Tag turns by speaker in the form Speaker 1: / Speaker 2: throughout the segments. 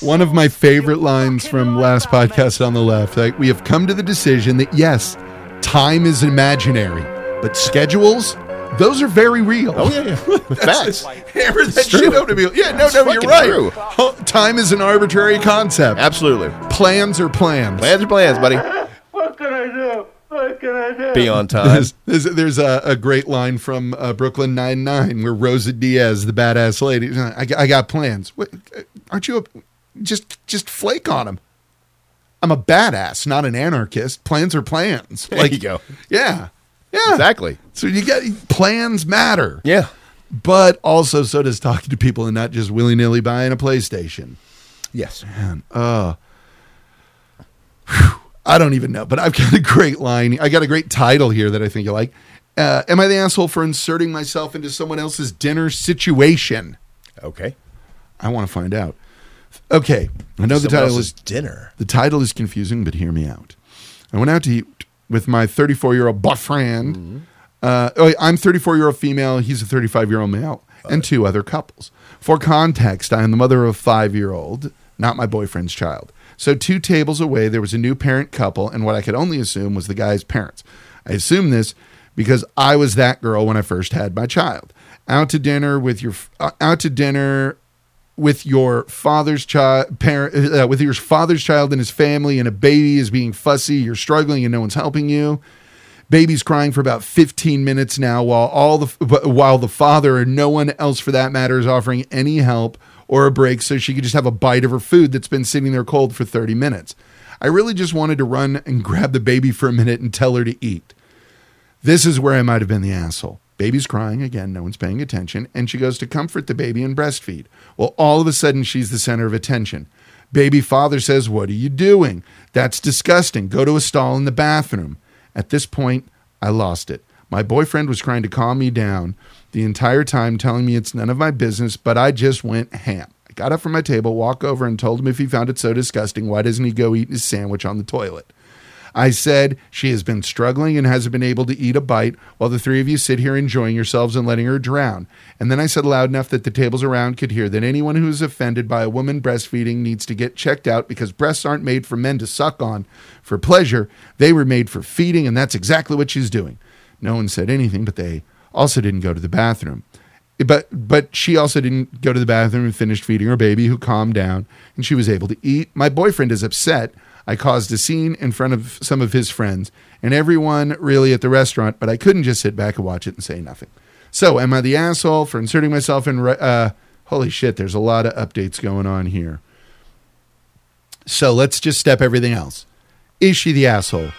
Speaker 1: One of my favorite lines from last podcast on the left. Like, we have come to the decision that yes, time is imaginary, but schedules, those are very real.
Speaker 2: Oh yeah, yeah. Facts.
Speaker 1: Hammer that
Speaker 2: true.
Speaker 1: shit over to me. Yeah, no,
Speaker 2: It's
Speaker 1: no, you're
Speaker 2: fucking
Speaker 1: right.
Speaker 2: true.
Speaker 1: Huh, Time is an arbitrary concept.
Speaker 2: Absolutely.
Speaker 1: Plans are plans.
Speaker 2: Plans are plans, buddy.
Speaker 3: What can I do? What can I do?
Speaker 2: Be on time.
Speaker 1: There's, there's, there's a, a great line from uh, Brooklyn Nine Nine where Rosa Diaz, the badass lady, is like, I, got- I got plans. What, uh, aren't you a, just just flake on him? I'm a badass, not an anarchist. Plans are plans.
Speaker 2: There you go.
Speaker 1: Yeah, yeah,
Speaker 2: Exactly.
Speaker 1: So you got plans matter,
Speaker 2: Yeah.
Speaker 1: but also so does talking to people and not just willy nilly buying a PlayStation.
Speaker 2: Yes.
Speaker 1: I don't even know, but I've got a great line. I got a great title here that I think you like. Uh, Am I the asshole for inserting myself into someone else's dinner situation?
Speaker 2: Okay.
Speaker 1: I want to find out. Okay, I know the
Speaker 2: Someone
Speaker 1: title
Speaker 2: else's
Speaker 1: is
Speaker 2: dinner.
Speaker 1: the title is confusing, but hear me out. I went out to eat with my 34 year old boyfriend. Uh, oh, I'm 34 year old female. He's a 35 year old male, and two other couples. For context, I am the mother of a five year old, not my boyfriend's child. So two tables away, there was a new parent couple, and what I could only assume was the guy's parents. I assume this because I was that girl when I first had my child. Out to dinner with your f- uh, out to dinner with your father's child parent uh, with your father's child and his family and a baby is being fussy you're struggling and no one's helping you baby's crying for about 15 minutes now while all the but- while the father or no one else for that matter is offering any help or a break so she could just have a bite of her food that's been sitting there cold for 30 minutes i really just wanted to run and grab the baby for a minute and tell her to eat this is where I might have been the asshole. Baby's crying again, no one's paying attention, and she goes to comfort the baby and breastfeed. Well, all of a sudden, she's the center of attention. Baby father says, What are you doing? That's disgusting. Go to a stall in the bathroom. At this point, I lost it. My boyfriend was trying to calm me down the entire time, telling me it's none of my business, but I just went ham. I got up from my table, walked over, and told him if he found it so disgusting, why doesn't he go eat his sandwich on the toilet? I said, She has been struggling and hasn't been able to eat a bite while the three of you sit here enjoying yourselves and letting her drown. And then I said loud enough that the tables around could hear that anyone who is offended by a woman breastfeeding needs to get checked out because breasts aren't made for men to suck on for pleasure. They were made for feeding, and that's exactly what she's doing. No one said anything, but they also didn't go to the bathroom but but she also didn't go to the bathroom and finished feeding her baby who calmed down and she was able to eat my boyfriend is upset i caused a scene in front of some of his friends and everyone really at the restaurant but i couldn't just sit back and watch it and say nothing so am i the asshole for inserting myself in re- uh holy shit there's a lot of updates going on here so let's just step everything else is she the asshole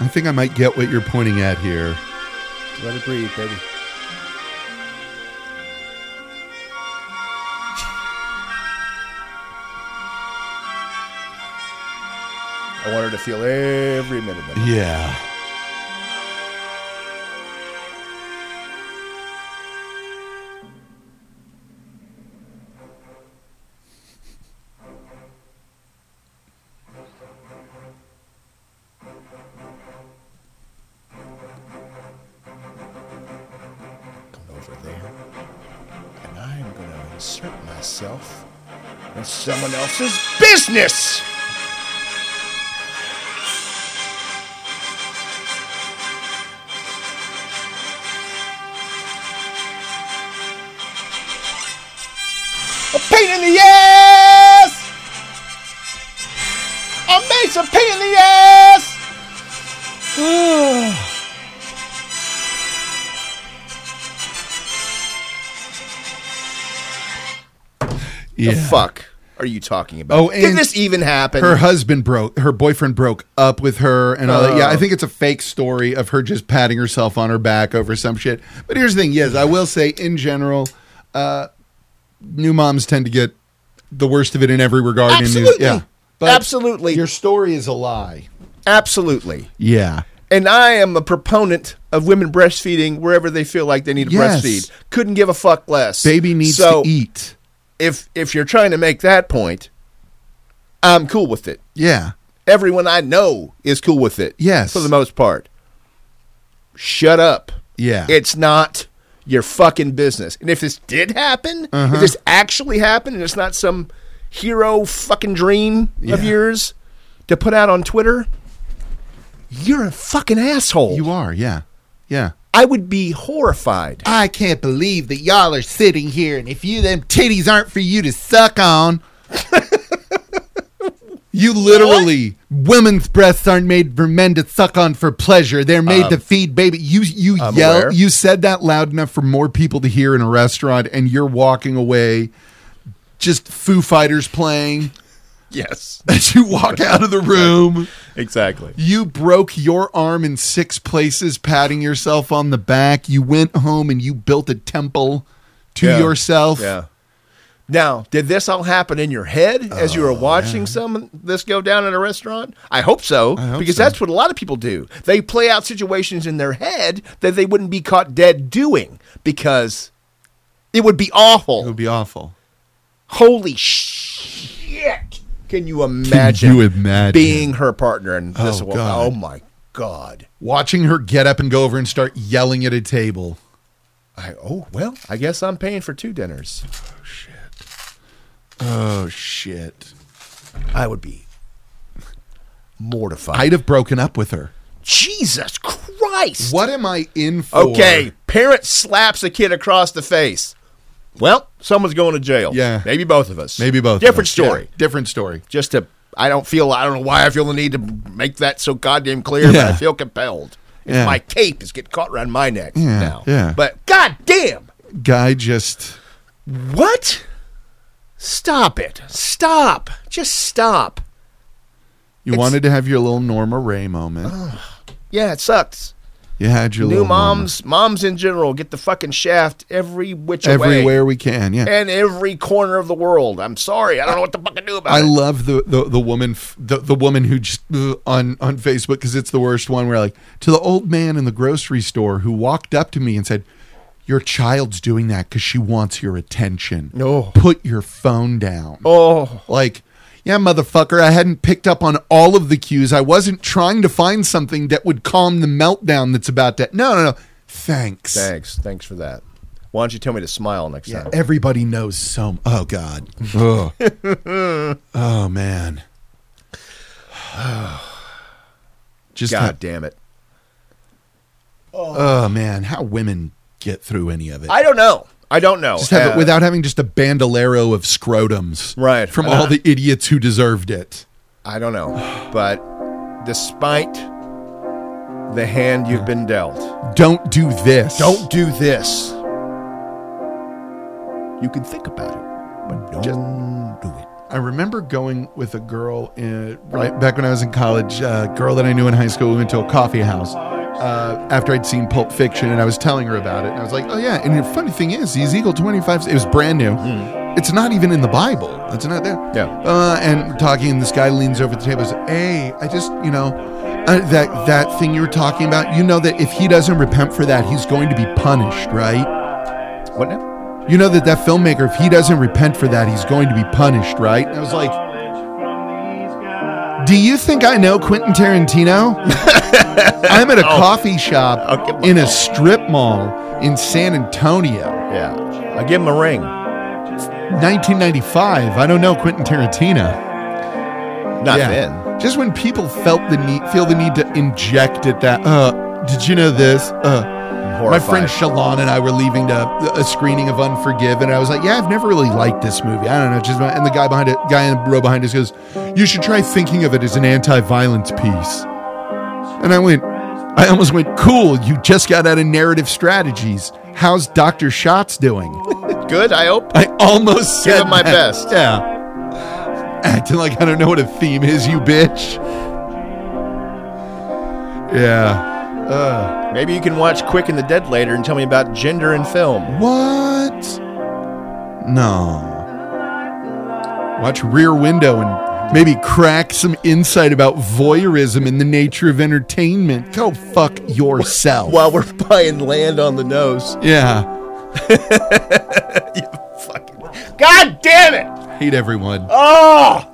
Speaker 1: i think i might get what you're pointing at here
Speaker 2: Let it breathe, baby. I want her to feel every minute of it.
Speaker 1: yeah
Speaker 2: Going over there, and I'm going to insert myself in someone else's business. A pain in the ass! A major pain in the ass!
Speaker 1: yeah
Speaker 2: The fuck are you talking about?
Speaker 1: Oh,
Speaker 2: Did
Speaker 1: and
Speaker 2: this even happen?
Speaker 1: her husband broke her boyfriend broke up with her and all that.
Speaker 2: Oh.
Speaker 1: yeah i think it's a fake story of her just patting herself on her back over some shit but here's the thing yes i will say in general uh new moms tend to get the worst of it in every regard. and is-
Speaker 2: Absolutely.
Speaker 1: yeah.
Speaker 2: Absolutely.
Speaker 1: Your story is a lie.
Speaker 2: Absolutely.
Speaker 1: Yeah.
Speaker 2: And I am a proponent of women breastfeeding wherever they feel like they need to
Speaker 1: Yes.
Speaker 2: breastfeed. Couldn't give a fuck less.
Speaker 1: Baby needs
Speaker 2: So,
Speaker 1: to eat.
Speaker 2: If if you're trying to make that point, I'm cool with it.
Speaker 1: Yeah.
Speaker 2: Everyone I know is cool with it.
Speaker 1: Yes.
Speaker 2: For the most part. Shut up.
Speaker 1: Yeah.
Speaker 2: It's not your fucking business. And if this did happen,
Speaker 1: Uh-huh.
Speaker 2: if this actually happened and it's not some hero fucking dream of
Speaker 1: Yeah.
Speaker 2: yours to put out on Twitter, you're a fucking asshole.
Speaker 1: you are. Yeah. Yeah.
Speaker 2: I would be horrified.
Speaker 1: I can't believe that y'all are sitting here, and if you them titties aren't for you to suck on, you literally women's breasts aren't made for men to suck on for pleasure. They're made to feed baby. You you
Speaker 2: Um, I'm
Speaker 1: yell.
Speaker 2: aware.
Speaker 1: You said that loud enough for more people to hear in a restaurant, and you're walking away, just Foo Fighters playing
Speaker 2: Yes,
Speaker 1: as you walk out of the room.
Speaker 2: exactly.
Speaker 1: You broke your arm in six places, patting yourself on the back. You went home and you built a temple to
Speaker 2: Yeah.
Speaker 1: yourself.
Speaker 2: Yeah. Now, did this all happen in your head as
Speaker 1: Oh,
Speaker 2: you were watching some this go down at a restaurant? I hope so,
Speaker 1: hope
Speaker 2: because
Speaker 1: so.
Speaker 2: that's what a lot of people do. They play out situations in their head that they wouldn't be caught dead doing because it would be awful.
Speaker 1: It would be awful.
Speaker 2: Holy shit! Can you imagine?
Speaker 1: you imagine?
Speaker 2: being her partner and this?
Speaker 1: Oh,
Speaker 2: woman?
Speaker 1: God.
Speaker 2: oh my god!
Speaker 1: Watching her get up and go over and start yelling at a table.
Speaker 2: I, oh well, I guess I'm paying for two dinners.
Speaker 1: Oh, shit.
Speaker 2: I would be mortified.
Speaker 1: I'd have broken up with her.
Speaker 2: Jesus Christ.
Speaker 1: What am I in for?
Speaker 2: Okay, parent slaps a kid across the face. Well, someone's going to jail.
Speaker 1: Yeah.
Speaker 2: Maybe both of us.
Speaker 1: Maybe both. of
Speaker 2: Different
Speaker 1: us.
Speaker 2: story.
Speaker 1: Yeah, different story.
Speaker 2: Just to I don't feel I don't know why I feel the need to make that so goddamn clear,
Speaker 1: Yeah.
Speaker 2: but I feel compelled. It's
Speaker 1: Yeah.
Speaker 2: My cape is getting caught around my neck
Speaker 1: Yeah,
Speaker 2: now.
Speaker 1: yeah.
Speaker 2: But goddamn.
Speaker 1: Guy just.
Speaker 2: What? Stop it. Stop. Just stop.
Speaker 1: You
Speaker 2: It's-
Speaker 1: wanted to have your little Norma Ray moment.
Speaker 2: Yeah, it sucks.
Speaker 1: you had your
Speaker 2: New
Speaker 1: little Norma.
Speaker 2: moms, moms in general, get the fucking shaft every which way.
Speaker 1: everywhere we can. Yeah.
Speaker 2: and every corner of the world. I'm sorry, I don't know what to fucking do about
Speaker 1: I
Speaker 2: it.
Speaker 1: love the the, the woman f- the, the woman who just ugh, on on Facebook because it's the worst one. Where like to the old man in the grocery store who walked up to me and said, "Your child's doing that because she wants your attention.
Speaker 2: No.
Speaker 1: put your phone down."
Speaker 2: oh,
Speaker 1: Like, yeah, motherfucker, I hadn't picked up on all of the cues. I wasn't trying to find something that would calm the meltdown that's about to. No, no, no. Thanks.
Speaker 2: thanks, thanks for that. Why don't you tell me to smile next
Speaker 1: Yeah,
Speaker 2: time?
Speaker 1: everybody knows so. Oh God. Ugh. oh man. Just
Speaker 2: God damn it!
Speaker 1: how, oh man, how women get through any of it?
Speaker 2: I don't know. I don't know.
Speaker 1: just have
Speaker 2: Uh,
Speaker 1: it without having just a bandolero of scrotums,
Speaker 2: Right.
Speaker 1: From all the idiots who deserved it.
Speaker 2: I don't know. But despite the hand you've been dealt,
Speaker 1: Don't do this.
Speaker 2: don't do this. You can think about it, but don't do it.
Speaker 1: I remember going with a girl in, right back when I was in college, a girl that I knew in high school. We went to a coffee house uh, after I'd seen Pulp Fiction, and I was telling her about it. And I was like, oh, yeah. And the funny thing is, Ezekiel 25, it was brand new. It's not even in the Bible, it's not there.
Speaker 2: Yeah.
Speaker 1: Uh, and talking, and this guy leans over the table and says, hey, I just, you know, uh, that, that thing you were talking about, you know that if he doesn't repent for that, he's going to be punished, right?
Speaker 2: What now?
Speaker 1: You know that that filmmaker, if he doesn't repent for that, he's going to be punished, right? And I was like, do you think I know Quentin Tarantino? I'm at a coffee
Speaker 2: Oh. I'll
Speaker 1: shop
Speaker 2: get my
Speaker 1: in a
Speaker 2: phone.
Speaker 1: strip mall in San Antonio,
Speaker 2: Yeah, I give him a ring.
Speaker 1: 1995. I don't know Quentin Tarantino.
Speaker 2: Not then.
Speaker 1: Just when people felt the need, feel the need to inject at that. Uh, did you know this? Uh, my
Speaker 2: Horrified.
Speaker 1: friend Shalon and I were leaving to a screening of Unforgiven. And I was like, "Yeah, I've never really liked this movie. I don't know." Just and the guy behind it, guy in the row behind us goes, "You should try thinking of it as an anti-violence piece." And I went, I almost went, "Cool, you just got out of narrative strategies. How's Doctor Shots doing?"
Speaker 2: Good. I hope.
Speaker 1: I almost
Speaker 2: Give
Speaker 1: said
Speaker 2: it my
Speaker 1: that.
Speaker 2: best.
Speaker 1: Yeah. Acting like I don't know what a theme is, you bitch. Yeah.
Speaker 2: Maybe you can watch Quick and the Dead later and tell me about gender in film.
Speaker 1: What? No. Watch Rear Window and maybe crack some insight about voyeurism and the nature of entertainment. Go fuck yourself.
Speaker 4: While we're buying land on the nose.
Speaker 1: Yeah.
Speaker 4: Fucking
Speaker 2: God damn it! Ah!
Speaker 1: Hate everyone.
Speaker 2: Oh!